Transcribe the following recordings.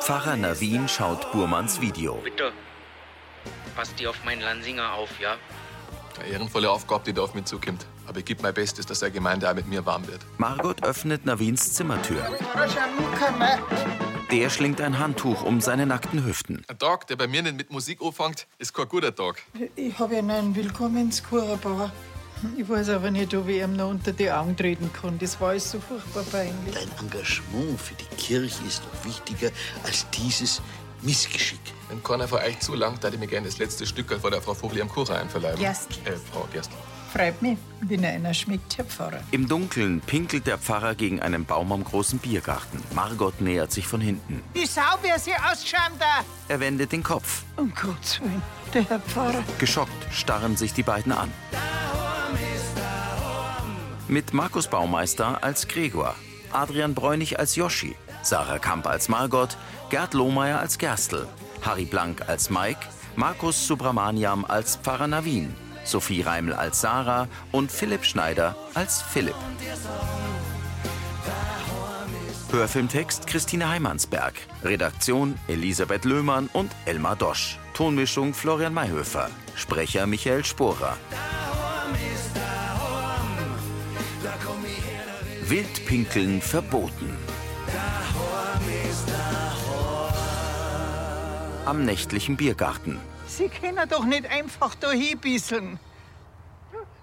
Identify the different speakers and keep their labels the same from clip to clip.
Speaker 1: Pfarrer Navin schaut Burmans Video.
Speaker 2: Bitte, passt die auf meinen Lansinger auf, ja?
Speaker 3: Eine ehrenvolle Aufgabe, die da auf mich zukommt. Aber ich gebe mein Bestes, dass der Gemeinde auch mit mir warm wird.
Speaker 1: Margot öffnet Navins Zimmertür. Der schlingt ein Handtuch um seine nackten Hüften.
Speaker 3: Ein Tag, der bei mir nicht mit Musik anfängt, ist kein guter Tag.
Speaker 4: Ich habe Ihnen einen Willkommenskuchen gebaut. Ich weiß aber nicht, ob ich ihm noch unter die Augen treten kann. Das war alles so furchtbar peinlich.
Speaker 5: Dein Engagement für die Kirche ist doch wichtiger als dieses Missgeschick.
Speaker 3: Wenn keiner von euch zu lang, da ich mir gerne das letzte Stück von der Frau Vogel am Kuchen einverleiben.
Speaker 4: Gerstl.
Speaker 3: Äh, Frau Gerstl.
Speaker 4: Freut mich, wenn er einer schmeckt, Herr Pfarrer.
Speaker 1: Im Dunkeln pinkelt der Pfarrer gegen einen Baum am großen Biergarten. Margot nähert sich von hinten.
Speaker 4: Wie sauber Sie ausschauen da!
Speaker 1: Er wendet den Kopf.
Speaker 4: Um Gottes Willen, der Herr Pfarrer.
Speaker 1: Geschockt starren sich die beiden an. Mit Markus Baumeister als Gregor, Adrian Bräunig als Joschi, Sarah Kamp als Margot, Gerd Lohmeier als Gerstl, Harry Blank als Mike, Markus Subramaniam als Pfarrer Navin, Sophie Reiml als Sarah und Philipp Schneider als Philipp. Hörfilmtext Christine Heimansberg. Redaktion Elisabeth Löhmann und Elmar Dosch. Tonmischung Florian Mayhöfer. Sprecher Michael Sporer. Wildpinkeln verboten. Am nächtlichen Biergarten.
Speaker 4: Sie können doch nicht einfach da hinbisseln.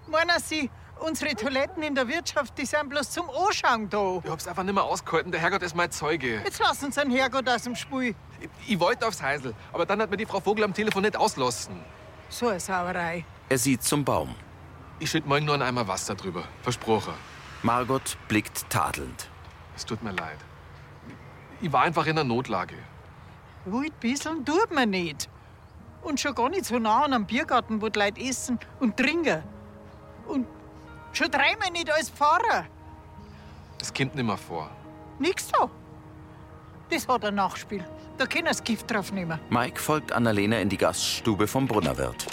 Speaker 4: Meinen Sie, unsere Toiletten in der Wirtschaft, die sind bloß zum Anschauen da.
Speaker 3: Ich hab's einfach nicht mehr ausgehalten. Der Herrgott ist mein Zeuge.
Speaker 4: Jetzt lassen Sie einen Herrgott aus dem Spiel.
Speaker 3: Ich, ich wollte aufs Heisel, aber dann hat mir die Frau Vogel am Telefon nicht auslassen.
Speaker 4: So eine Sauerei.
Speaker 1: Er sieht zum Baum.
Speaker 3: Ich schütt morgen nur einen Eimer Wasser drüber. Versprochen.
Speaker 1: Margot blickt tadelnd.
Speaker 3: Es tut mir leid. Ich war einfach in der Notlage.
Speaker 4: Wild bisseln tut man nicht. Und schon gar nicht so nah an einem Biergarten, wo die Leute essen und trinken. Und schon dreimal nicht als Pfarrer.
Speaker 3: Es kommt nimmer vor.
Speaker 4: Nix da. Das hat ein Nachspiel. Da können Sie Gift drauf nehmen.
Speaker 1: Mike folgt Annalena in die Gaststube vom Brunnerwirt.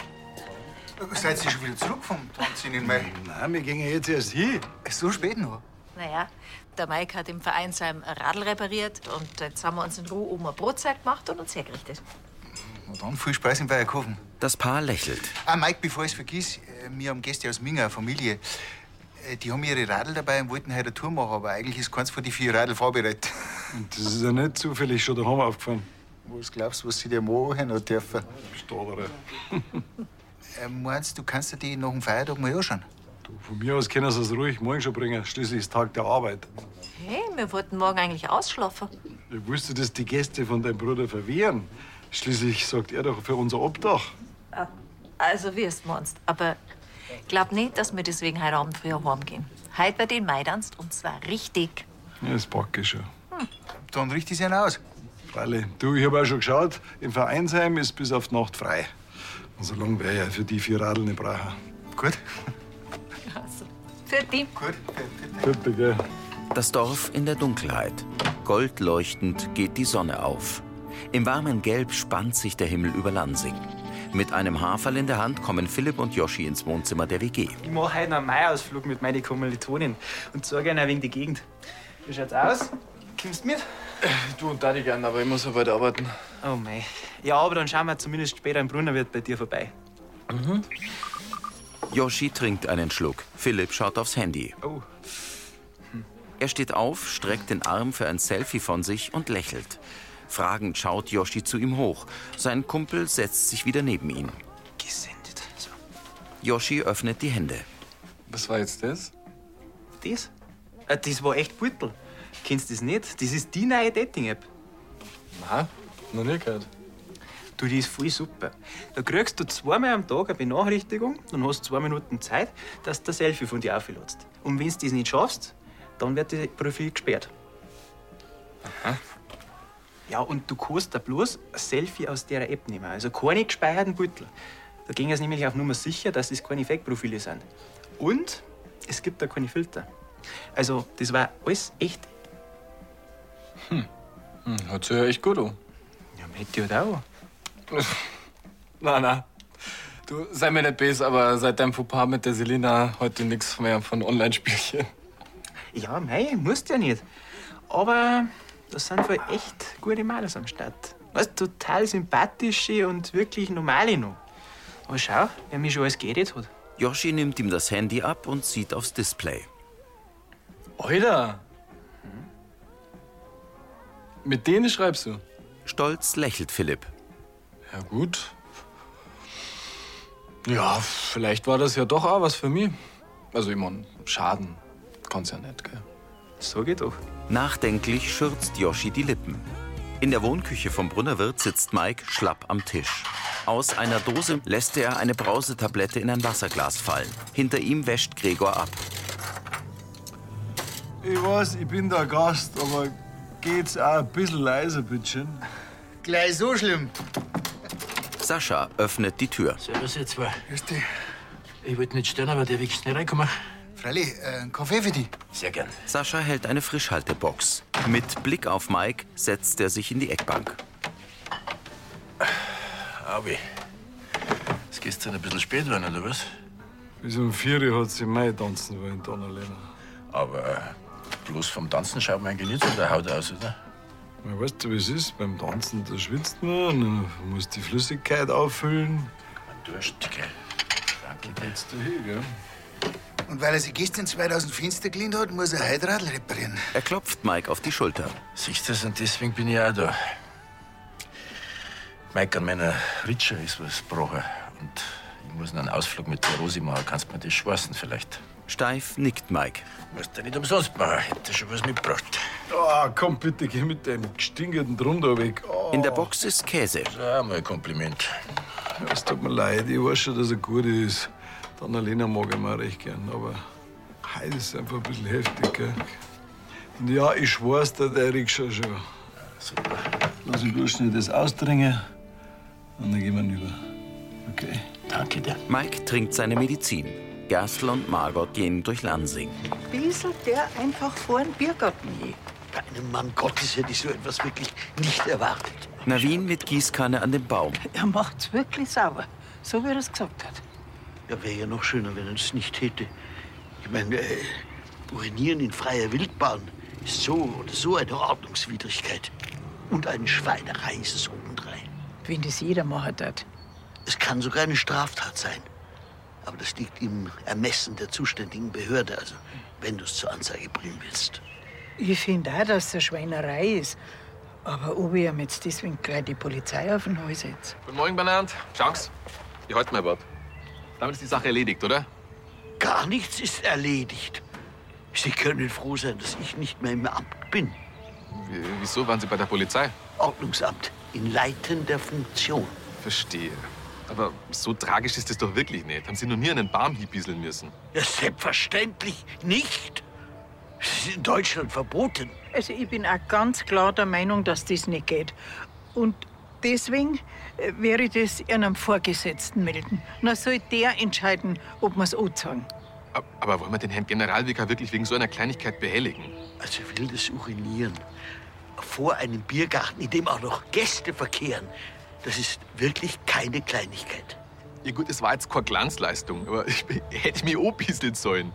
Speaker 6: Seid ihr schon wieder zurück vom Tanzen in Mai?
Speaker 7: Nein, wir gehen ja jetzt erst hin.
Speaker 6: So spät noch?
Speaker 8: Naja, der Mike hat im Vereinsheim ein Radl repariert und jetzt haben wir uns in Ruhe oben eine Brotzeit gemacht und uns hergerichtet.
Speaker 6: Na dann, viel Spaß in Bayerkofen.
Speaker 1: Das Paar lächelt.
Speaker 6: Ah, Mike, bevor ich es vergiss, äh, wir haben Gäste aus Minga, eine Familie. Äh, Die haben ihre Radl dabei und wollten heute eine Tour machen, aber eigentlich ist keins von den vier Radl vorbereitet.
Speaker 7: Und das ist ja nicht zufällig schon daheim aufgefallen.
Speaker 6: Was glaubst du, was sie dir machen noch dürfen?
Speaker 7: Staderer.
Speaker 6: Äh, meinst du, kannst du die nach dem Feiertag mal anschauen?
Speaker 7: Du, von mir aus können sie es ruhig morgen schon bringen. Schließlich ist Tag der Arbeit.
Speaker 8: Hey, wir wollten morgen eigentlich ausschlafen.
Speaker 7: Ich wusste, dass die Gäste von deinem Bruder verwehren. Schließlich sagt er doch für unser Obdach.
Speaker 8: Also, wie es meinst. Aber glaub nicht, dass wir deswegen heute Abend früher heimgehen. Heute wird den Maidanst und zwar richtig.
Speaker 7: Ja, das packe ich schon.
Speaker 6: Hm. Dann richte ich einen aus.
Speaker 7: Freilich. Du, ich habe auch schon geschaut, im Vereinsheim ist bis auf die Nacht frei. Und so lange wäre ja für die vier Radl nicht brauchen.
Speaker 6: Gut?
Speaker 8: Also, Für die.
Speaker 6: Gut.
Speaker 7: Bitte, gell?
Speaker 1: Das Dorf in der Dunkelheit. Goldleuchtend geht die Sonne auf. Im warmen Gelb spannt sich der Himmel über Lansing. Mit einem Haferl in der Hand kommen Philipp und Joschi ins Wohnzimmer der WG.
Speaker 9: Ich mache heute noch einen Maiausflug mit meinen Kommilitonen und zeige ihnen ein wenig die Gegend. Wie schaut's aus? Kommst du mit?
Speaker 3: Du und Daddy gern, aber ich muss so weit arbeiten.
Speaker 9: Oh mei. Ja, aber dann schauen wir zumindest später im Brunnerwirt bei dir vorbei.
Speaker 1: Joschi Mhm. trinkt einen Schluck. Philipp schaut aufs Handy.
Speaker 9: Oh.
Speaker 1: Er steht auf, streckt den Arm für ein Selfie von sich und lächelt. Fragend schaut Joschi zu ihm hoch. Sein Kumpel setzt sich wieder neben ihn.
Speaker 9: Gesendet. So.
Speaker 1: Joschi öffnet die Hände.
Speaker 3: Was war jetzt das?
Speaker 9: Das? Äh, Das war echt Beutel. Kennst du das nicht? Das ist die neue Dating-App.
Speaker 3: Na, noch nie gehört.
Speaker 9: Du, die ist voll super. Da kriegst du zweimal am Tag eine Benachrichtigung und hast zwei Minuten Zeit, dass du ein Selfie von dir auflädst. Und wenn du das nicht schaffst, dann wird das Profil gesperrt. Ja, und du kannst da bloß ein Selfie aus der App nehmen, also keine gespeicherten Beutel. Da ging es nämlich auf Nummer sicher, dass das keine Fake-Profile sind. Und es gibt da keine Filter. Also, das war alles echt.
Speaker 3: Hört sich Hm. ja echt gut an.
Speaker 9: Ja, man hätte ja da auch.
Speaker 3: Na, na. Du, sei mir nicht böse, aber seit deinem Fauxpas mit der Selina heute nichts mehr von Online-Spielchen.
Speaker 9: Ja, mei, musst ja nicht. Aber Da sind voll echt gute Maler am Start. Weißt, total sympathische und wirklich normale noch. Aber schau, wer mich schon alles geredet hat.
Speaker 1: Yoshi nimmt ihm das Handy ab und sieht aufs Display.
Speaker 3: Alter! Mit denen schreibst du?
Speaker 1: Stolz lächelt Philipp.
Speaker 3: Ja, gut. Ja, vielleicht war das ja doch auch was für mich. Also, ich mein, Schaden kann's ja nicht, gell?
Speaker 9: So geht doch.
Speaker 1: Nachdenklich schürzt Yoshi die Lippen. In der Wohnküche vom Brunnerwirt sitzt Mike schlapp am Tisch. Aus einer Dose lässt er eine Brausetablette in ein Wasserglas fallen. Hinter ihm wäscht Gregor ab.
Speaker 7: Ich weiß, ich bin der Gast, aber geht's auch ein bisschen leiser, bitteschön.
Speaker 5: Gleich so schlimm.
Speaker 1: Sascha öffnet die Tür.
Speaker 10: Servus, ihr zwei.
Speaker 6: Grüß dich.
Speaker 10: Ich wollte nicht stören, aber der Weg ist nicht reingekommen.
Speaker 6: Freilich, äh, einen Kaffee für dich.
Speaker 10: Sehr gern.
Speaker 1: Sascha hält eine Frischhaltebox. Mit Blick auf Mike setzt er sich in die Eckbank.
Speaker 10: Abi. Ist gestern ein bisschen spät geworden, oder was?
Speaker 7: Bis um vier Uhr hat sie Mai tanzen wollen, Donnalena.
Speaker 10: Aber äh, bloß vom Tanzen schaut man eigentlich nicht so der Haut aus, oder?
Speaker 7: Ja, Weißt du, wie es ist? Beim Tanzen, da schwitzt man, dann muss die Flüssigkeit auffüllen.
Speaker 10: Man Durst, gell? Danke dir.
Speaker 7: Jetzt dahin, gell?
Speaker 6: Und weil er sich gestern 2000 Fenster geliehen hat, muss er heute Radl reparieren.
Speaker 1: Er klopft Mike auf die Schulter.
Speaker 10: Siehst du das? Und deswegen bin ich auch da. Mike, an meiner Ritscher ist was gebrochen. Und ich muss noch einen Ausflug mit der Rosi machen. Kannst du mir das schwarzen vielleicht?
Speaker 1: Steif nickt Mike.
Speaker 10: Musst du nicht umsonst machen. Hätte schon was mitgebracht.
Speaker 7: Ah, komm bitte, geh mit deinem gestingerten Drunder weg. Ah,
Speaker 1: In der Box ist Käse.
Speaker 10: So, auch mal ein Kompliment.
Speaker 7: es tut mir leid, ich weiß schon, dass er gut ist. Dann Alena mag ich mal recht gern, aber heute ist es einfach ein bisschen heftig, gell? Und ja, ich schwör's dir, der Rikscha schon.
Speaker 10: Super.
Speaker 7: Lass ihn bloß schnell das ausdringen und dann gehen wir rüber. Okay.
Speaker 10: Danke dir.
Speaker 1: Mike trinkt seine Medizin. Gerstl und Margot gehen durch Lansing.
Speaker 4: Bieselt der einfach vor den Biergarten je.
Speaker 5: Bei einem Mann Gottes hätte ich so etwas wirklich nicht erwartet.
Speaker 1: Navin mit Gießkanne an dem Baum.
Speaker 4: Er macht's wirklich sauber. So wie er es gesagt hat.
Speaker 5: Ja, wäre ja noch schöner, wenn er es nicht hätte. Ich meine, äh, urinieren in freier Wildbahn ist so oder so eine Ordnungswidrigkeit. Und eine Schweinerei ist es obendrein.
Speaker 4: Wenn das jeder machen hat.
Speaker 5: Es kann sogar eine Straftat sein. Aber das liegt im Ermessen der zuständigen Behörde, also wenn du es zur Anzeige bringen willst.
Speaker 4: Ich finde auch, dass es eine Schweinerei ist. Aber ob ich ihm jetzt deswegen gleich die Polizei auf den Hals setze?
Speaker 11: Guten Morgen, Bernhard. Chance. Wie halten wir überhaupt? Damit ist die Sache erledigt, oder?
Speaker 5: Gar nichts ist erledigt. Sie können froh sein, dass ich nicht mehr im Amt bin.
Speaker 11: W- Wieso waren Sie bei der Polizei?
Speaker 5: Ordnungsamt in leitender Funktion.
Speaker 11: Verstehe. Aber so tragisch ist das doch wirklich nicht. Haben Sie noch nie einen Baum hiebieseln müssen?
Speaker 5: Ja, selbstverständlich nicht. Es ist in Deutschland verboten.
Speaker 4: Also ich bin auch ganz klar der Meinung, dass das nicht geht. Und deswegen äh, werde ich das einem Vorgesetzten melden. Dann soll der entscheiden, ob wir es anzeigen.
Speaker 11: Ab- Aber wollen wir den Herrn Generalvikar wirklich wegen so einer Kleinigkeit behelligen?
Speaker 5: Also wildes Urinieren vor einem Biergarten, in dem auch noch Gäste verkehren, das ist wirklich keine Kleinigkeit.
Speaker 11: Ja gut, es war jetzt keine Glanzleistung, aber ich bin- hätte mich obieseln sollen.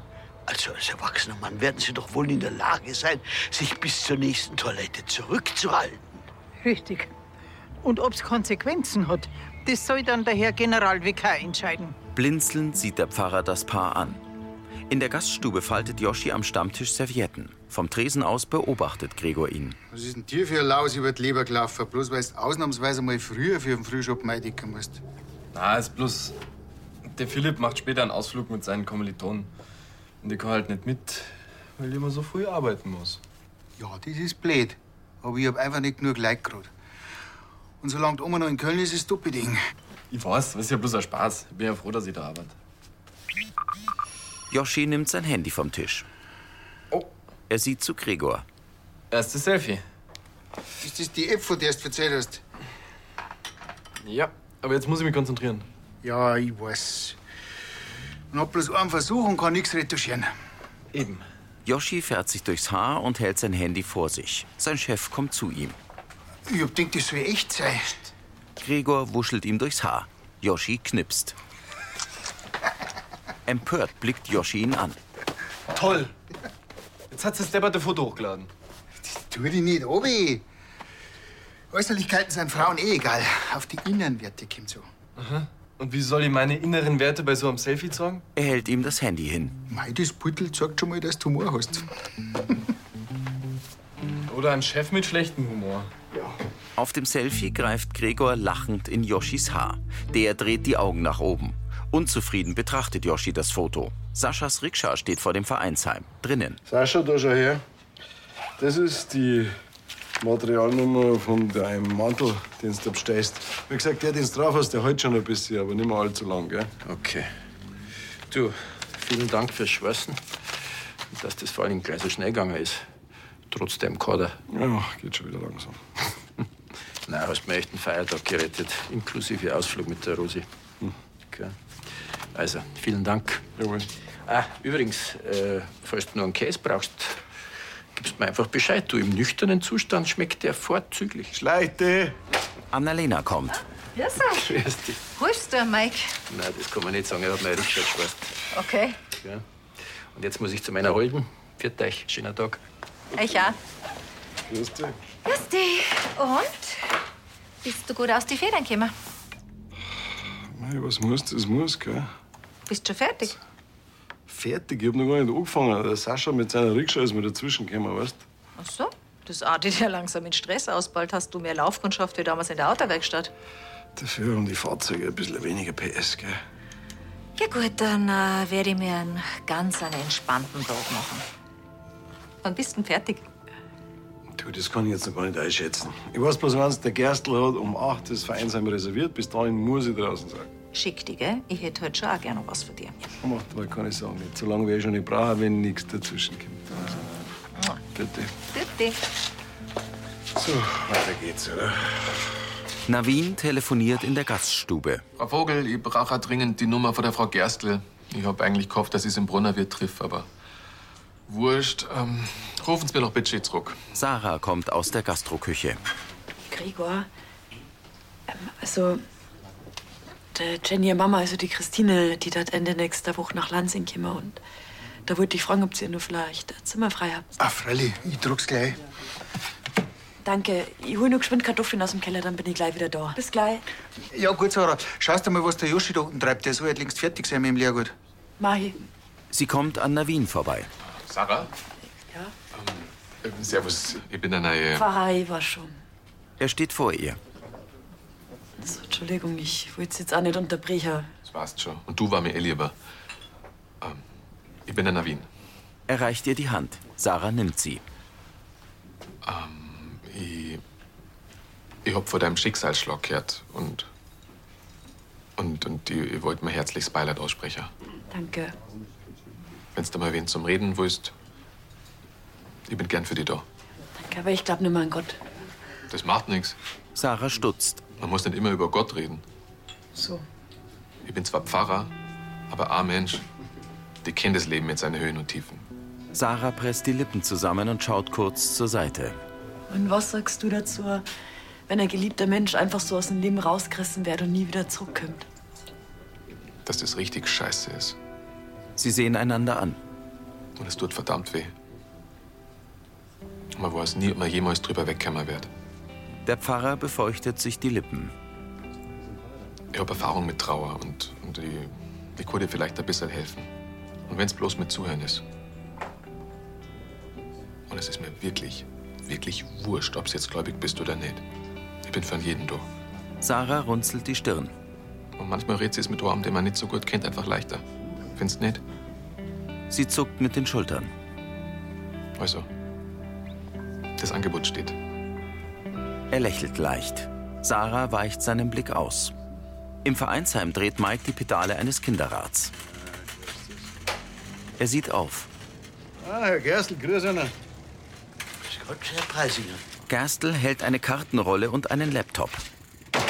Speaker 5: Also als erwachsener Mann werden Sie doch wohl in der Lage sein, sich bis zur nächsten Toilette zurückzuhalten.
Speaker 4: Richtig. Und ob es Konsequenzen hat, das soll dann der Herr Generalvikar entscheiden.
Speaker 1: Blinzelnd sieht der Pfarrer das Paar an. In der Gaststube faltet Yoshi am Stammtisch Servietten. Vom Tresen aus beobachtet Gregor ihn.
Speaker 6: Was ist denn dir für ein Laus über die Leber gelaufen? Bloß weil du ausnahmsweise mal früher für den Frühschoppen eindecken musst.
Speaker 3: Na, ist bloß. Der Philipp macht später einen Ausflug mit seinen Kommilitonen. Und ich kann halt nicht mit, weil ich immer so früh arbeiten muss.
Speaker 6: Ja, das ist blöd. Aber ich hab einfach nicht genug Leid gerade. Und solange die Oma noch in Köln ist, ist es doppelt
Speaker 3: Ich weiß, das ist ja bloß ein Spaß. Ich bin ja froh, dass ich da arbeite.
Speaker 1: Yoshi nimmt sein Handy vom Tisch.
Speaker 3: Oh.
Speaker 1: Er sieht zu Gregor.
Speaker 3: Erstes Selfie.
Speaker 6: Ist das die App, von der du erzählt hast?
Speaker 3: Ja, aber jetzt muss ich mich konzentrieren.
Speaker 6: Ja, ich weiß. Und hab bloß einen Versuch und kann nichts retuschieren.
Speaker 3: Eben.
Speaker 1: Yoshi fährt sich durchs Haar und hält sein Handy vor sich. Sein Chef kommt zu ihm.
Speaker 6: Ich hab gedacht, das soll echt sein.
Speaker 1: Gregor wuschelt ihm durchs Haar. Yoshi knipst. Empört blickt Yoshi ihn an.
Speaker 3: Toll. Jetzt hat sie das debatte Foto hochgeladen.
Speaker 6: Tu dich nicht obi. Äußerlichkeiten sind Frauen eh egal. Auf die inneren Werte kommt so.
Speaker 3: Aha. Und wie soll ich meine inneren Werte bei so einem Selfie zeigen?
Speaker 1: Er hält ihm das Handy hin.
Speaker 6: Mei, das Beutel zeigt schon mal, dass du Humor hast.
Speaker 3: Oder ein Chef mit schlechtem Humor.
Speaker 1: Auf dem Selfie greift Gregor lachend in Yoshis Haar. Der dreht die Augen nach oben. Unzufrieden betrachtet Yoshi das Foto. Saschas Rikscha steht vor dem Vereinsheim. Drinnen.
Speaker 7: Sascha, da schau her. Das ist die Materialnummer von deinem Mantel, den du da bestellst. Wie gesagt, der, den du drauf hast, der hält schon ein bisschen, aber nicht mehr allzu lang, gell?
Speaker 10: Okay. Du, vielen Dank fürs Schweißen. Und dass das vor allem gleich so schnell gegangen ist. Trotz dem Kader.
Speaker 7: Ja, geht schon wieder langsam.
Speaker 10: Na, hast mir echt einen Feiertag gerettet. Inklusive Ausflug mit der Rosi. Okay. Also, vielen Dank.
Speaker 7: Hm. Jawohl.
Speaker 10: Ah, übrigens, äh, falls du noch einen Käse brauchst, gibst mir einfach Bescheid. Du, im nüchternen Zustand schmeckt der vorzüglich.
Speaker 7: Schleite!
Speaker 1: Annalena kommt.
Speaker 8: Ja, so.
Speaker 10: Grüß dich.
Speaker 8: Holst du, Mike?
Speaker 10: Nein, das kann man nicht sagen. Er hat meine Rückschrift geschwärzt.
Speaker 8: Okay.
Speaker 10: Ja. Und jetzt muss ich zu meiner Holden. Viert euch. Schöner Tag.
Speaker 8: Ich auch.
Speaker 7: Grüß dich.
Speaker 8: Grüß dich. Und? Bist du gut aus die Federn gekommen?
Speaker 7: Mei, was muss, das muss, gell?
Speaker 8: Bist schon fertig?
Speaker 7: Fertig, ich hab noch gar nicht angefangen. Der Sascha mit seiner Rikscha ist mir dazwischen gekommen, weißt du?
Speaker 8: Ach so. Das artet ja langsam in Stress aus. Bald hast du mehr Laufkundschaft wie damals in der Autowerkstatt.
Speaker 7: Dafür haben die Fahrzeuge ein bisschen weniger PS, gell?
Speaker 8: Ja gut, dann äh, werde ich mir einen ganz einen entspannten Tag machen. Wann bist du denn fertig?
Speaker 7: Du, das kann ich jetzt noch gar nicht einschätzen. Ich weiß bloß, wenn's der Gerstl hat, um 8 ist Vereinsheim reserviert. Bis dahin muss ich draußen sein.
Speaker 8: Schick dich, gell? Ich hätte heute schon auch gerne was von dir.
Speaker 7: Macht aber keine Sorgen nicht. So lange werde ich eh schon nicht brauchen, wenn nichts dazwischen kommt. Also, bitte.
Speaker 8: Bitte.
Speaker 7: So, weiter geht's, oder?
Speaker 1: Navin telefoniert in der Gaststube.
Speaker 11: Frau Vogel, ich brauche dringend die Nummer von der Frau Gerstl. Ich hab eigentlich gehofft, dass ich es im Brunnerwirt triff, aber wurscht. Ähm, rufen Sie mir doch bitte zurück.
Speaker 1: Sarah kommt aus der Gastroküche.
Speaker 12: Gregor, ähm, also der Jenny, ihre Mama, also die Christine, die dort Ende nächster Woche nach Lansing kommen und da wollte ich fragen, ob sie nur vielleicht ein Zimmer frei habt.
Speaker 6: Ah, Fralli, ich druck's gleich.
Speaker 12: Danke, ich hol nur geschwind Kartoffeln aus dem Keller, dann bin ich gleich wieder da. Bis gleich.
Speaker 6: Ja, gut, Sarah. Schaust du mal, was der Joschi da unten treibt. Der soll halt längst fertig sein mit dem Lehrgut.
Speaker 12: Mahi.
Speaker 1: Sie kommt an Navin vorbei.
Speaker 11: Sarah? Ähm, servus, ich bin der neue.
Speaker 12: Pfarrer, ich war schon.
Speaker 1: Er steht vor ihr.
Speaker 12: So, Entschuldigung, ich wollte jetzt auch nicht unterbrechen.
Speaker 11: Das warst schon. Und du war mir eh lieber. Ähm, ich bin der Navin.
Speaker 1: Er reicht ihr die Hand. Sarah nimmt sie.
Speaker 11: Ähm, ich. Ich hab vor deinem Schicksalsschlag gehört und. Und, und ich, ich wollte mir herzliches Beileid aussprechen.
Speaker 12: Danke.
Speaker 11: Wenn's da mal wen zum Reden willst, ich bin gern für dich da.
Speaker 12: Danke, aber ich glaube nicht mehr an Gott.
Speaker 11: Das macht nichts.
Speaker 1: Sarah stutzt.
Speaker 11: Man muss nicht immer über Gott reden.
Speaker 12: So.
Speaker 11: Ich bin zwar Pfarrer, aber ein Mensch. Die kennt das Leben mit seinen Höhen und Tiefen.
Speaker 1: Sarah presst die Lippen zusammen und schaut kurz zur Seite.
Speaker 12: Und was sagst du dazu, wenn ein geliebter Mensch einfach so aus dem Leben rausgerissen wird und nie wieder zurückkommt?
Speaker 11: Dass das richtig scheiße ist.
Speaker 1: Sie sehen einander an.
Speaker 11: Und es tut verdammt weh. Man weiß nie, ob man jemals drüber wegkommen wird.
Speaker 1: Der Pfarrer befeuchtet sich die Lippen.
Speaker 11: Ich habe Erfahrung mit Trauer und, und ich, ich kann dir vielleicht ein bisschen helfen. Und wenn es bloß mit Zuhören ist. Und es ist mir wirklich, wirklich wurscht, ob du jetzt gläubig bist oder nicht. Ich bin für jeden da.
Speaker 1: Sarah runzelt die Stirn.
Speaker 11: Und manchmal redet sie es mit Ohren, den man nicht so gut kennt, einfach leichter. Findest nicht?
Speaker 1: Sie zuckt mit den Schultern.
Speaker 11: Also, das Angebot steht.
Speaker 1: Er lächelt leicht. Sarah weicht seinem Blick aus. Im Vereinsheim dreht Mike die Pedale eines Kinderrads. Er sieht auf.
Speaker 5: Ah, Herr Gerstl, grüß einer. Grüß Gott, Herr Preisinger.
Speaker 1: Gerstl hält eine Kartenrolle und einen Laptop.
Speaker 5: Äh,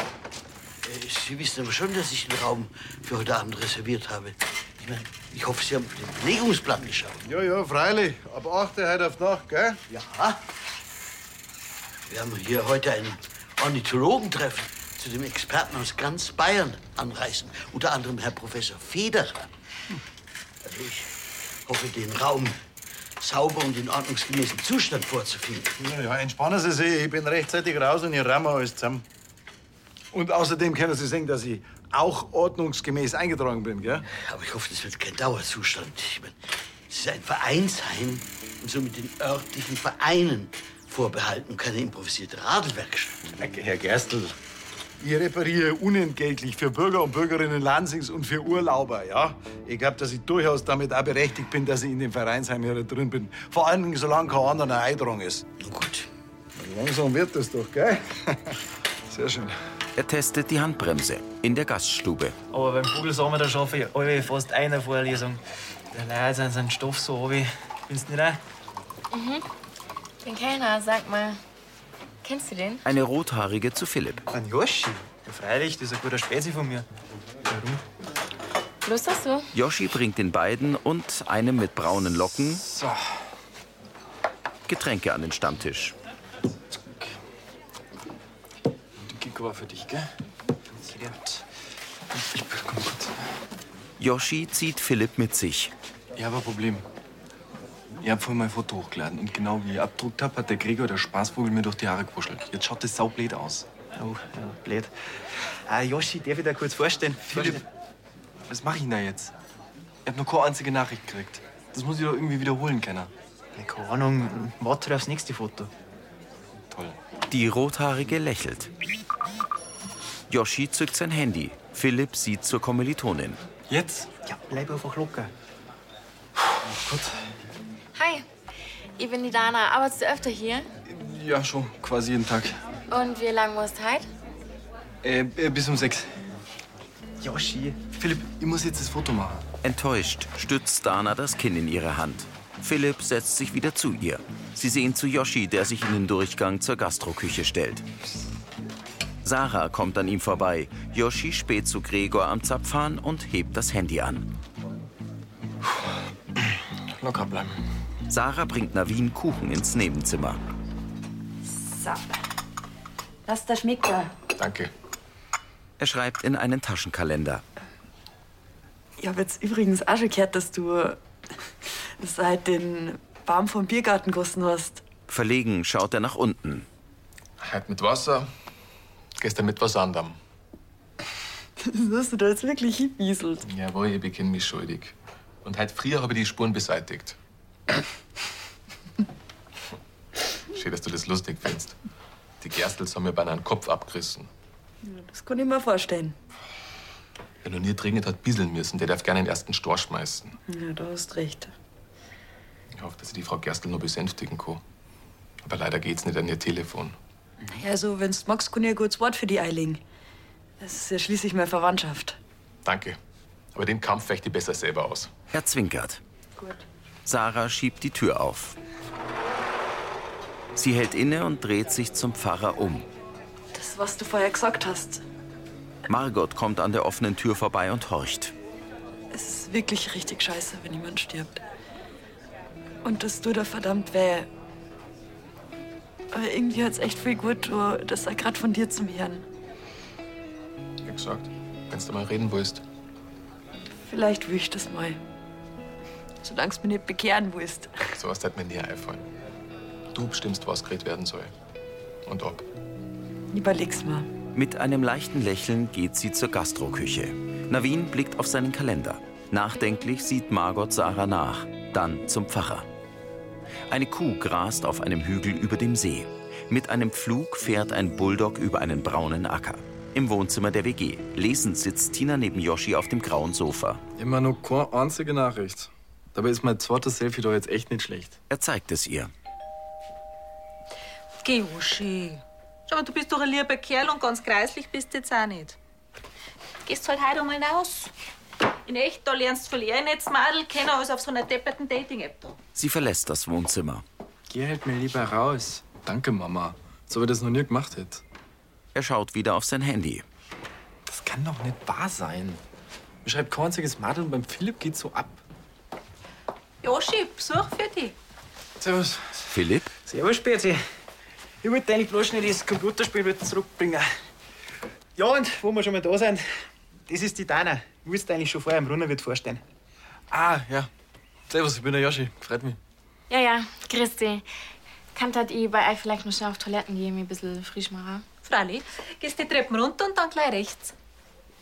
Speaker 5: Sie wissen aber schon, dass ich den Raum für heute Abend reserviert habe. Ich meine, ich hoffe, Sie haben den Belegungsplan geschaut.
Speaker 7: Ja, ja, freilich. Ab 8 Uhr heute auf die Nacht, gell?
Speaker 5: Ja. Wir haben hier heute ein Ornithologentreffen zu dem Experten aus ganz Bayern anreisen. Unter anderem Herr Professor Federer. Also ich hoffe, den Raum sauber und in ordnungsgemäßem Zustand vorzufinden.
Speaker 13: Na ja, entspannen Sie sich. Ich bin rechtzeitig raus und ich ramme alles zusammen. Und außerdem können Sie sehen, dass ich auch ordnungsgemäß eingetragen bin, gell?
Speaker 5: Aber ich hoffe, das wird kein Dauerzustand. Ich mein, es ist ein Vereinsheim und somit den örtlichen Vereinen vorbehalten, keine improvisierte Radlwerkstatt.
Speaker 13: Herr Gerstl. Ich repariere unentgeltlich für Bürger und Bürgerinnen Lansings und für Urlauber, ja? Ich glaube, dass ich durchaus damit auch berechtigt bin, dass ich in dem Vereinsheim hier drin bin. Vor allen Dingen, solange kein anderer Eindrang ist.
Speaker 5: Na gut.
Speaker 13: Langsam wird das doch, gell?
Speaker 1: Sehr schön. Er testet die Handbremse in der Gaststube.
Speaker 9: Aber beim Vogelsammer, da schaffe ich alle fast eine Vorlesung. Der Leute sind seinen Stoff so runter. Findest du nicht auch?
Speaker 14: Mhm. Den Kellner, sag mal. Kennst du den?
Speaker 1: Eine rothaarige zu Philipp.
Speaker 9: Ein Joschi? Ja, freilich, das ist ein guter Spezi von mir. Warum?
Speaker 14: Lust hast du?
Speaker 1: Yoshi bringt den beiden und einem mit braunen Locken Getränke an den Stammtisch.
Speaker 9: Die Kiko war für dich, gell? Ich bekomme
Speaker 1: Yoshi zieht Philipp mit sich.
Speaker 3: Ich habe ein Problem. Ich hab vorhin mein Foto hochgeladen und genau wie ich abgedruckt hab, hat der Gregor, der Spaßvogel, mir durch die Haare gewuschelt. Jetzt schaut das saublöd aus.
Speaker 9: Oh, ja, blöd. Ah, Yoshi, darf ich dir kurz vorstellen?
Speaker 3: Philipp, was mach ich denn da jetzt? Ich hab nur keine einzige Nachricht gekriegt. Das muss ich doch irgendwie wiederholen können.
Speaker 9: Ja, keine Ahnung, warte aufs nächste Foto.
Speaker 1: Die Rothaarige lächelt. Yoshi zückt sein Handy. Philipp sieht zur Kommilitonin.
Speaker 3: Jetzt?
Speaker 9: Ja, bleib einfach locker.
Speaker 3: Gut.
Speaker 14: Hi, ich bin die Dana. Arbeitest du öfter hier?
Speaker 3: Ja, schon. Quasi jeden Tag.
Speaker 14: Und wie lang musst du halt?
Speaker 3: Äh, äh, bis um sechs. Yoshi. Philipp, ich muss jetzt das Foto machen.
Speaker 1: Enttäuscht stützt Dana das Kinn in ihre Hand. Philipp setzt sich wieder zu ihr. Sie sehen zu Yoshi, der sich in den Durchgang zur Gastroküche stellt. Sarah kommt an ihm vorbei. Yoshi späht zu Gregor am Zapfhahn und hebt das Handy an.
Speaker 3: Locker bleiben.
Speaker 1: Sarah bringt Navin Kuchen ins Nebenzimmer.
Speaker 8: So. Lass da schmeckt er.
Speaker 3: Danke.
Speaker 1: Er schreibt in einen Taschenkalender.
Speaker 12: Ich habe jetzt übrigens auch schon gehört, dass du seit den Baum vom Biergarten gegossen hast.
Speaker 1: Verlegen schaut er nach unten.
Speaker 11: Heute Halt mit Wasser, gestern mit was anderem.
Speaker 12: Das hast du da jetzt wirklich hinwieselt.
Speaker 11: Jawohl, ich bekenne mich schuldig. Und heute früher habe ich die Spuren beseitigt. Schön, dass du das lustig findest. Die Gerstels haben mir beinahe einen Kopf abgerissen.
Speaker 12: Ja, Das kann ich mir vorstellen.
Speaker 11: Wer noch nie dringend hat bieseln müssen, der darf gerne den ersten Stor schmeißen.
Speaker 12: Ja, du hast recht.
Speaker 11: Ich hoffe, dass ich die Frau Gerstl nur besänftigen kann. Aber leider geht's nicht an ihr Telefon.
Speaker 12: Naja, also, wenn's du magst, kann ich ein gutes Wort für die einlegen. Das ist ja schließlich meine Verwandtschaft.
Speaker 11: Danke. Aber den Kampf fechte ich besser selber aus.
Speaker 1: Er zwinkert. Sarah schiebt die Tür auf. Sie hält inne und dreht sich zum Pfarrer um.
Speaker 12: Das, was du vorher gesagt hast,
Speaker 1: Margot kommt an der offenen Tür vorbei und horcht.
Speaker 12: es ist wirklich richtig scheiße, wenn jemand stirbt. Und das tut er verdammt weh. Aber irgendwie hat's echt viel gut, das er gerade von dir zum Herrn.
Speaker 11: Wie gesagt, wenn du mal reden willst.
Speaker 12: Vielleicht will ich das mal. Solange es mir nicht bekehren willst.
Speaker 11: So was hat mir nie einfallen. Du bestimmst, was geredet werden soll. Und ob.
Speaker 12: Überleg's mal.
Speaker 1: Mit einem leichten Lächeln geht sie zur Gastroküche. Navin blickt auf seinen Kalender. Nachdenklich sieht Margot Sarah nach, dann zum Pfarrer. Eine Kuh grast auf einem Hügel über dem See. Mit einem Pflug fährt ein Bulldog über einen braunen Acker. Im Wohnzimmer der WG. Lesend sitzt Tina neben Yoshi auf dem grauen Sofa.
Speaker 3: Immer nur keine einzige Nachricht. Dabei ist mein zweites Selfie doch jetzt echt nicht schlecht.
Speaker 1: Er zeigt es ihr.
Speaker 15: Geh, Uschi. Schau mal, du bist doch ein lieber Kerl und ganz kreislich bist du jetzt auch nicht. Gehst halt heute einmal raus. In echt, da lernst du viel eher jetzt Madel kennen als auf so einer depperten Dating-App da.
Speaker 1: Sie verlässt das Wohnzimmer.
Speaker 3: Geh halt mir lieber raus. Danke, Mama. So wie ich das noch nie gemacht hätte.
Speaker 1: Er schaut wieder auf sein Handy.
Speaker 3: Das kann doch nicht wahr sein. Mir schreibt kein einziges Madel und beim Philipp geht's so ab.
Speaker 15: Joschi, Besuch für dich.
Speaker 9: Servus.
Speaker 1: Philipp?
Speaker 9: Servus, Spezi. Ich wollte eigentlich bloß schnell das Computerspiel wieder zurückbringen. Ja, und wo wir schon mal da sind, das ist die Dana. Ich willst eigentlich schon vorher im Runner wird vorstellen.
Speaker 3: Ah, ja. Servus, ich bin der Yoshi. Freut mich.
Speaker 14: Ja, ja, grüß dich. Kannt hat ich bei euch vielleicht noch schnell auf Toiletten gehen, mich ein bisschen frisch machen?
Speaker 15: Frali, gehst die Treppen runter und dann gleich rechts.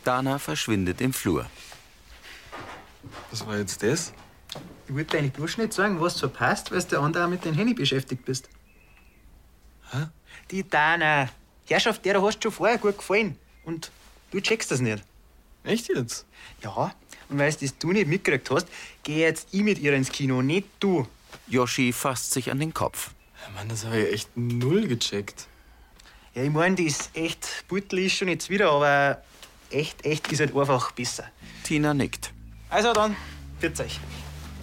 Speaker 1: Dana verschwindet im Flur.
Speaker 9: Was war jetzt das? Ich wollte eigentlich bloß nicht sagen, was so passt, weil du der andere auch mit den Handy beschäftigt bist. Hä? Die Dana. Herrschaft, der hast du schon vorher gut gefallen. Und du checkst das nicht. Echt jetzt? Ja, und weil du das du nicht mitgekriegt hast, geh jetzt ich mit ihr ins Kino, nicht du.
Speaker 1: Yoshi fasst sich an den Kopf.
Speaker 9: Mann, das habe ich echt null gecheckt. Ja, ich meine, die ist echt, Beutel ist schon jetzt wieder, aber echt, echt ist halt einfach besser.
Speaker 1: Tina nickt.
Speaker 9: Also dann, pfiat euch.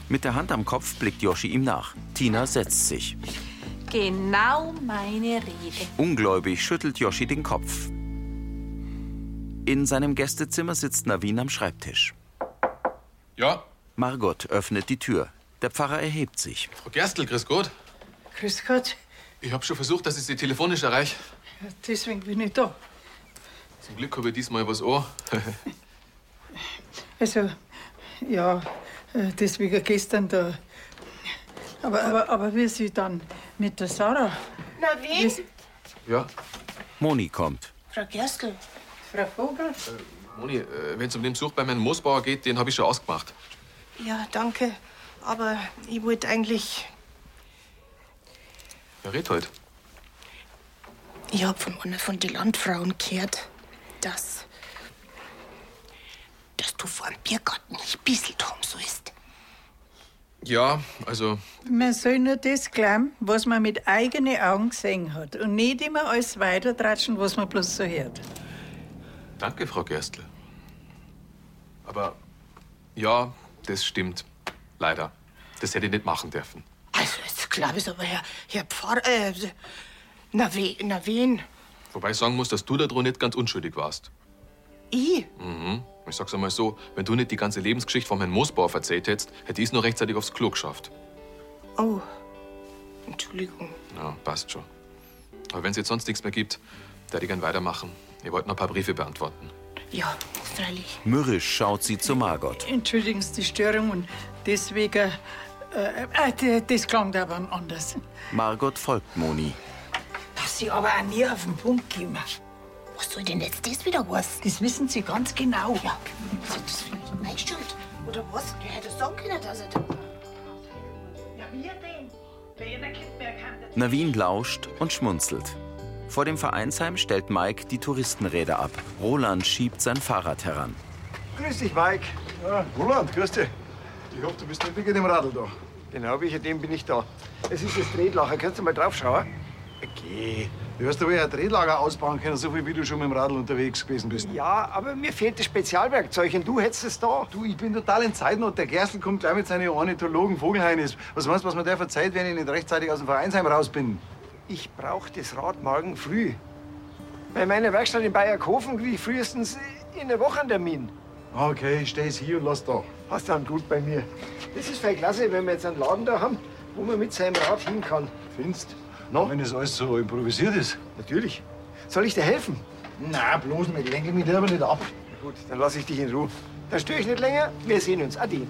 Speaker 1: Mit der Hand am Kopf blickt Yoshi ihm nach. Tina setzt sich.
Speaker 15: Genau meine Rede.
Speaker 1: Ungläubig schüttelt Yoshi den Kopf. In seinem Gästezimmer sitzt Navin am Schreibtisch.
Speaker 11: Ja?
Speaker 1: Margot öffnet die Tür. Der Pfarrer erhebt sich.
Speaker 11: Frau Gerstl, grüß Gott.
Speaker 4: Grüß Gott,
Speaker 11: Ich habe schon versucht, dass ich Sie telefonisch erreiche.
Speaker 4: deswegen bin ich da.
Speaker 11: Zum Glück habe ich diesmal was an.
Speaker 4: Also, ja, äh, das wie gestern da. Aber, aber, aber wie sie dann mit der Sarah?
Speaker 16: Na, wen?
Speaker 11: ja?
Speaker 1: Moni kommt.
Speaker 16: Frau Gerstl. Frau Vogel?
Speaker 11: Moni, äh, wenn es um den Besuch bei meinem Moosbauer geht, den habe ich schon ausgemacht.
Speaker 16: Ja, danke. Aber ich wollte eigentlich.
Speaker 11: Ja, red halt.
Speaker 16: Ich hab von einer von den Landfrauen gehört, dass. dass du vor dem Biergarten nicht bisselt haben sollst.
Speaker 11: Ja, also,
Speaker 4: Man soll nur das glauben, was man mit eigenen Augen gesehen hat. Und nicht immer alles weitertratschen, was man bloß so hört.
Speaker 11: danke, Frau Gerstl. Aber, ja, das stimmt. Leider. Das hätte ich nicht machen dürfen.
Speaker 16: Also, jetzt glaube ich aber, Herr, Herr Pfarrer. Äh, na, we, na, wen?
Speaker 11: Wobei ich sagen muss, dass du da drin nicht ganz unschuldig warst.
Speaker 16: Ich?
Speaker 11: Mhm. Ich sag's einmal so, wenn du nicht die ganze Lebensgeschichte von Herrn Moosbauer erzählt hättest, hätte ich es nur rechtzeitig aufs Klo geschafft.
Speaker 16: Oh. Entschuldigung.
Speaker 11: Ja, passt schon. Aber wenn es jetzt sonst nichts mehr gibt, darf ich gern weitermachen. Ihr wollt noch ein paar Briefe beantworten.
Speaker 16: Ja, freilich.
Speaker 1: Mürrisch schaut sie zu Margot.
Speaker 4: Entschuldigen Sie die Störung und deswegen. Äh, äh, d- das klang aber anders.
Speaker 1: Margot folgt Moni.
Speaker 4: Dass Sie aber auch nie auf den Punkt gehen.
Speaker 16: Was soll denn jetzt das wieder was? Das wissen Sie ganz genau. Ja, das ist vielleicht meine Schuld. Oder was? Der hätte sagen können, dass er da war. Ja, wir denn? Wer kennt mehr kann.
Speaker 1: Navin lauscht und schmunzelt. Vor dem Vereinsheim stellt Mike die Touristenräder ab. Roland schiebt sein Fahrrad heran.
Speaker 13: Grüß dich, Mike. Ja, Roland, grüß dich. Ich hoffe, du bist nicht wegen dem Radl da. Genau, wegen dem bin ich da. Es ist das Tretlager. Kannst du mal draufschauen? Okay. Du hast aber ja ein Tretlager ausbauen können, so viel wie du schon mit dem Radl unterwegs gewesen bist. Ja, aber mir fehlt das Spezialwerkzeug und du hättest es da. Du, ich bin total in Zeitnot. Der Gerstl kommt gleich mit seinen Ornithologen Vogelheinis. Was meinst du, was mir der verzeiht, wenn ich nicht rechtzeitig aus dem Vereinsheim raus bin? Ich brauch das Rad morgen früh.
Speaker 17: Bei meiner Werkstatt in Bayerkofen kriege ich frühestens in der Woche einen Termin.
Speaker 13: Okay, ich steh's hier und lass da.
Speaker 17: Passt dann gut bei mir. Das ist voll klasse, wenn wir jetzt einen Laden da haben, wo man mit seinem Rad hin kann.
Speaker 13: Findest Na? Wenn das alles so improvisiert ist.
Speaker 17: Natürlich. Soll ich dir helfen?
Speaker 13: Na, bloß nicht. Lenke mich da aber nicht ab.
Speaker 17: Gut, dann lasse ich dich in Ruhe. Dann störe ich nicht länger. Wir sehen uns. Adi.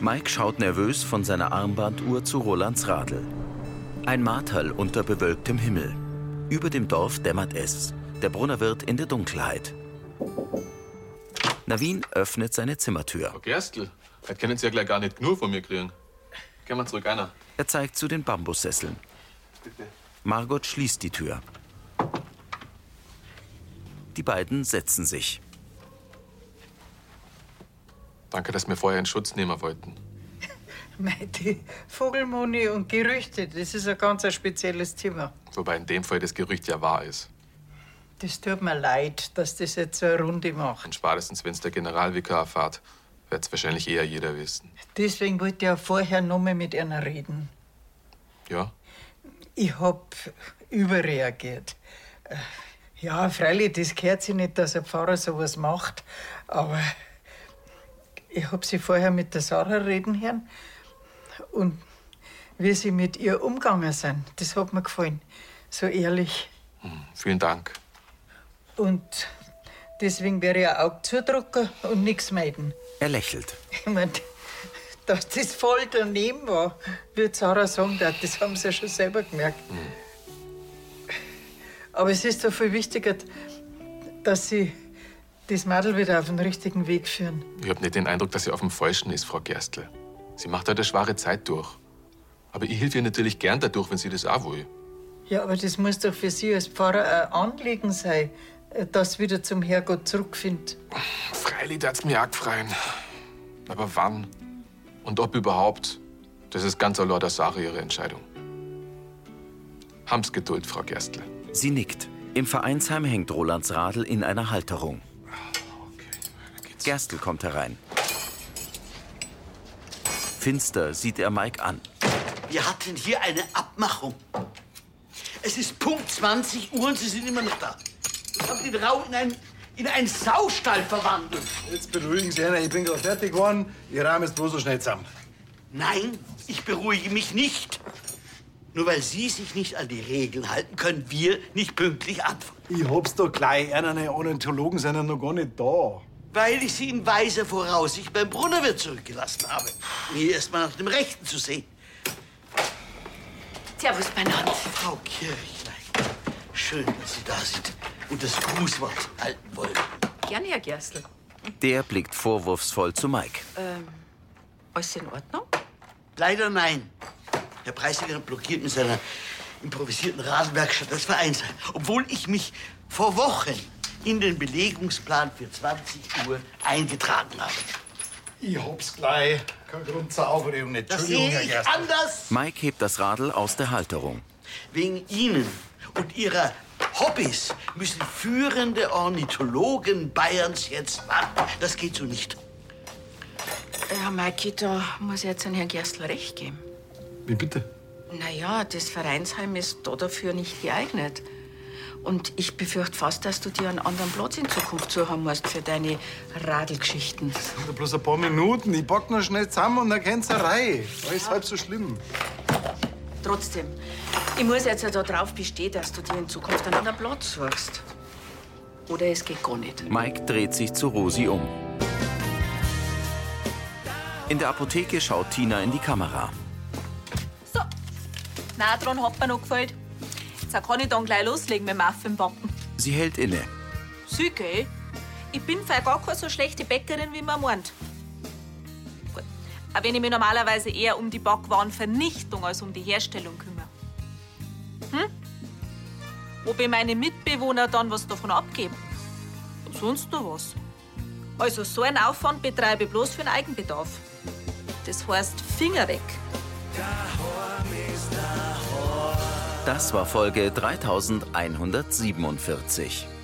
Speaker 1: Mike schaut nervös von seiner Armbanduhr zu Rolands Radl. Ein Marterl unter bewölktem Himmel. Über dem Dorf dämmert es. Der Brunnerwirt in der Dunkelheit. Navin öffnet seine Zimmertür.
Speaker 11: Frau Gerstl, heute können Sie ja gleich gar nicht nur von mir kriegen. Gehen wir zurück, einer.
Speaker 1: Er zeigt zu den Bambussesseln. Margot schließt die Tür. Die beiden setzen sich.
Speaker 11: Danke, dass wir vorher in Schutz nehmen wollten.
Speaker 4: Mei, die Vogelmoni und Gerüchte, das ist ein ganz ein spezielles Thema.
Speaker 11: Wobei in dem Fall das Gerücht ja wahr ist.
Speaker 4: Das tut mir leid, dass das jetzt so eine Runde macht.
Speaker 11: Und spätestens, wenn es der Generalvikar erfahrt, wird es wahrscheinlich eher jeder wissen.
Speaker 4: Deswegen wollte ich ja vorher noch mal mit einer reden.
Speaker 11: Ja?
Speaker 4: Ich hab überreagiert. Äh, Ja, freilich, das gehört sich nicht, dass ein Pfarrer sowas macht, aber ich hab sie vorher mit der Sarah reden hören und wie sie mit ihr umgegangen sind, das hat mir gefallen. So ehrlich.
Speaker 11: Hm, Vielen Dank.
Speaker 4: Und deswegen wäre ich ein Auge zudrücken und nichts melden.
Speaker 1: Er lächelt.
Speaker 4: Ich mein, dass das voll daneben war, wie Sarah sagen darf. Das haben sie ja schon selber gemerkt. Aber es ist doch viel wichtiger, dass sie das Mädel wieder auf den richtigen Weg führen.
Speaker 11: Ich habe nicht den Eindruck, dass sie auf dem Falschen ist, Frau Gerstl. Sie macht halt eine schwere Zeit durch. Aber ich hilf ihr natürlich gern dadurch, wenn sie das auch will.
Speaker 4: Ja, aber das muss doch für Sie als Pfarrer ein Anliegen sein, dass sie wieder zum Herrgott zurückfindet.
Speaker 11: Freilich darf's mir arg freien. Aber wann? Und ob überhaupt? Das ist ganz allein der Sache ihre Entscheidung. Haben's Geduld, Frau Gerstl.
Speaker 1: Sie nickt. Im Vereinsheim hängt Rolands Radl in einer Halterung. Gerstl kommt herein. Finster sieht er Mike an.
Speaker 5: Wir hatten hier eine Abmachung. Es ist Punkt 20 Uhr und Sie sind immer noch da. Ich habe den Raum in einen, in einen Saustall verwandelt.
Speaker 13: Jetzt beruhigen Sie, Herr, ich bin gerade fertig geworden. Ihr Rahmen ist bloß so schnell zusammen.
Speaker 5: Nein, ich beruhige mich nicht. Nur weil Sie sich nicht an die Regeln halten, können wir nicht pünktlich anfangen.
Speaker 13: Ich hab's doch gleich. Einer Ornithologen sind ja noch gar nicht da.
Speaker 5: Weil ich Sie in weiser Voraussicht beim Brunnerwirt zurückgelassen habe. um Hier erstmal nach dem Rechten zu sehen.
Speaker 12: Servus, Bernhard.
Speaker 5: Frau Kirchlein, schön, dass Sie da sind und das Grußwort halten wollen.
Speaker 8: Gerne, Herr Gerstl.
Speaker 1: Der blickt vorwurfsvoll zu Mike.
Speaker 8: Ähm, alles in Ordnung?
Speaker 5: Leider nein. Herr Preisinger blockiert mit seiner improvisierten Rasenwerkstatt das Vereinsheim, obwohl ich mich vor Wochen in den Belegungsplan für 20 Uhr eingetragen habe.
Speaker 13: Ich hab's gleich. Kein Grund zur Aufregung. nicht.
Speaker 5: Das sehe ich anders
Speaker 1: Mike hebt das Radl aus der Halterung.
Speaker 5: wegen Ihnen und Ihrer Hobbys müssen führende Ornithologen Bayerns jetzt warten. Das geht so nicht.
Speaker 18: Ja, Maiki, Äh, da muss ich jetzt an Herrn Gerstl recht geben.
Speaker 13: Wie bitte?
Speaker 18: Naja, das Vereinsheim ist da dafür nicht geeignet. Und ich befürchte fast, dass du dir einen anderen Platz in Zukunft suchen musst für deine Radelgeschichten.
Speaker 13: Nur Bloß ein paar Minuten. Ich pack noch schnell zusammen und dann geht's eine Reihe. Alles halb so schlimm.
Speaker 18: Trotzdem, ich muss jetzt ja darauf bestehen, dass du dir in Zukunft einen anderen Platz suchst. Oder es geht gar nicht.
Speaker 1: Mike dreht sich zu Rosi um. In der Apotheke schaut Tina in die Kamera.
Speaker 15: Nein, dran hat mir noch gefällt. Jetzt kann ich dann gleich loslegen mit dem Affenbacken.
Speaker 1: Sie hält inne.
Speaker 15: Süß, gell? eh? Ich bin vielleicht gar keine so schlechte Bäckerin, wie man meint. Gut. Auch wenn ich mich normalerweise eher um die Backwarenvernichtung als um die Herstellung kümmere. Hm? Ob ich meine Mitbewohner dann was davon abgeben? Sonst noch was. Also so einen Aufwand betreibe ich bloß für den Eigenbedarf. Das heißt, Finger weg.
Speaker 1: Das war Folge 3147.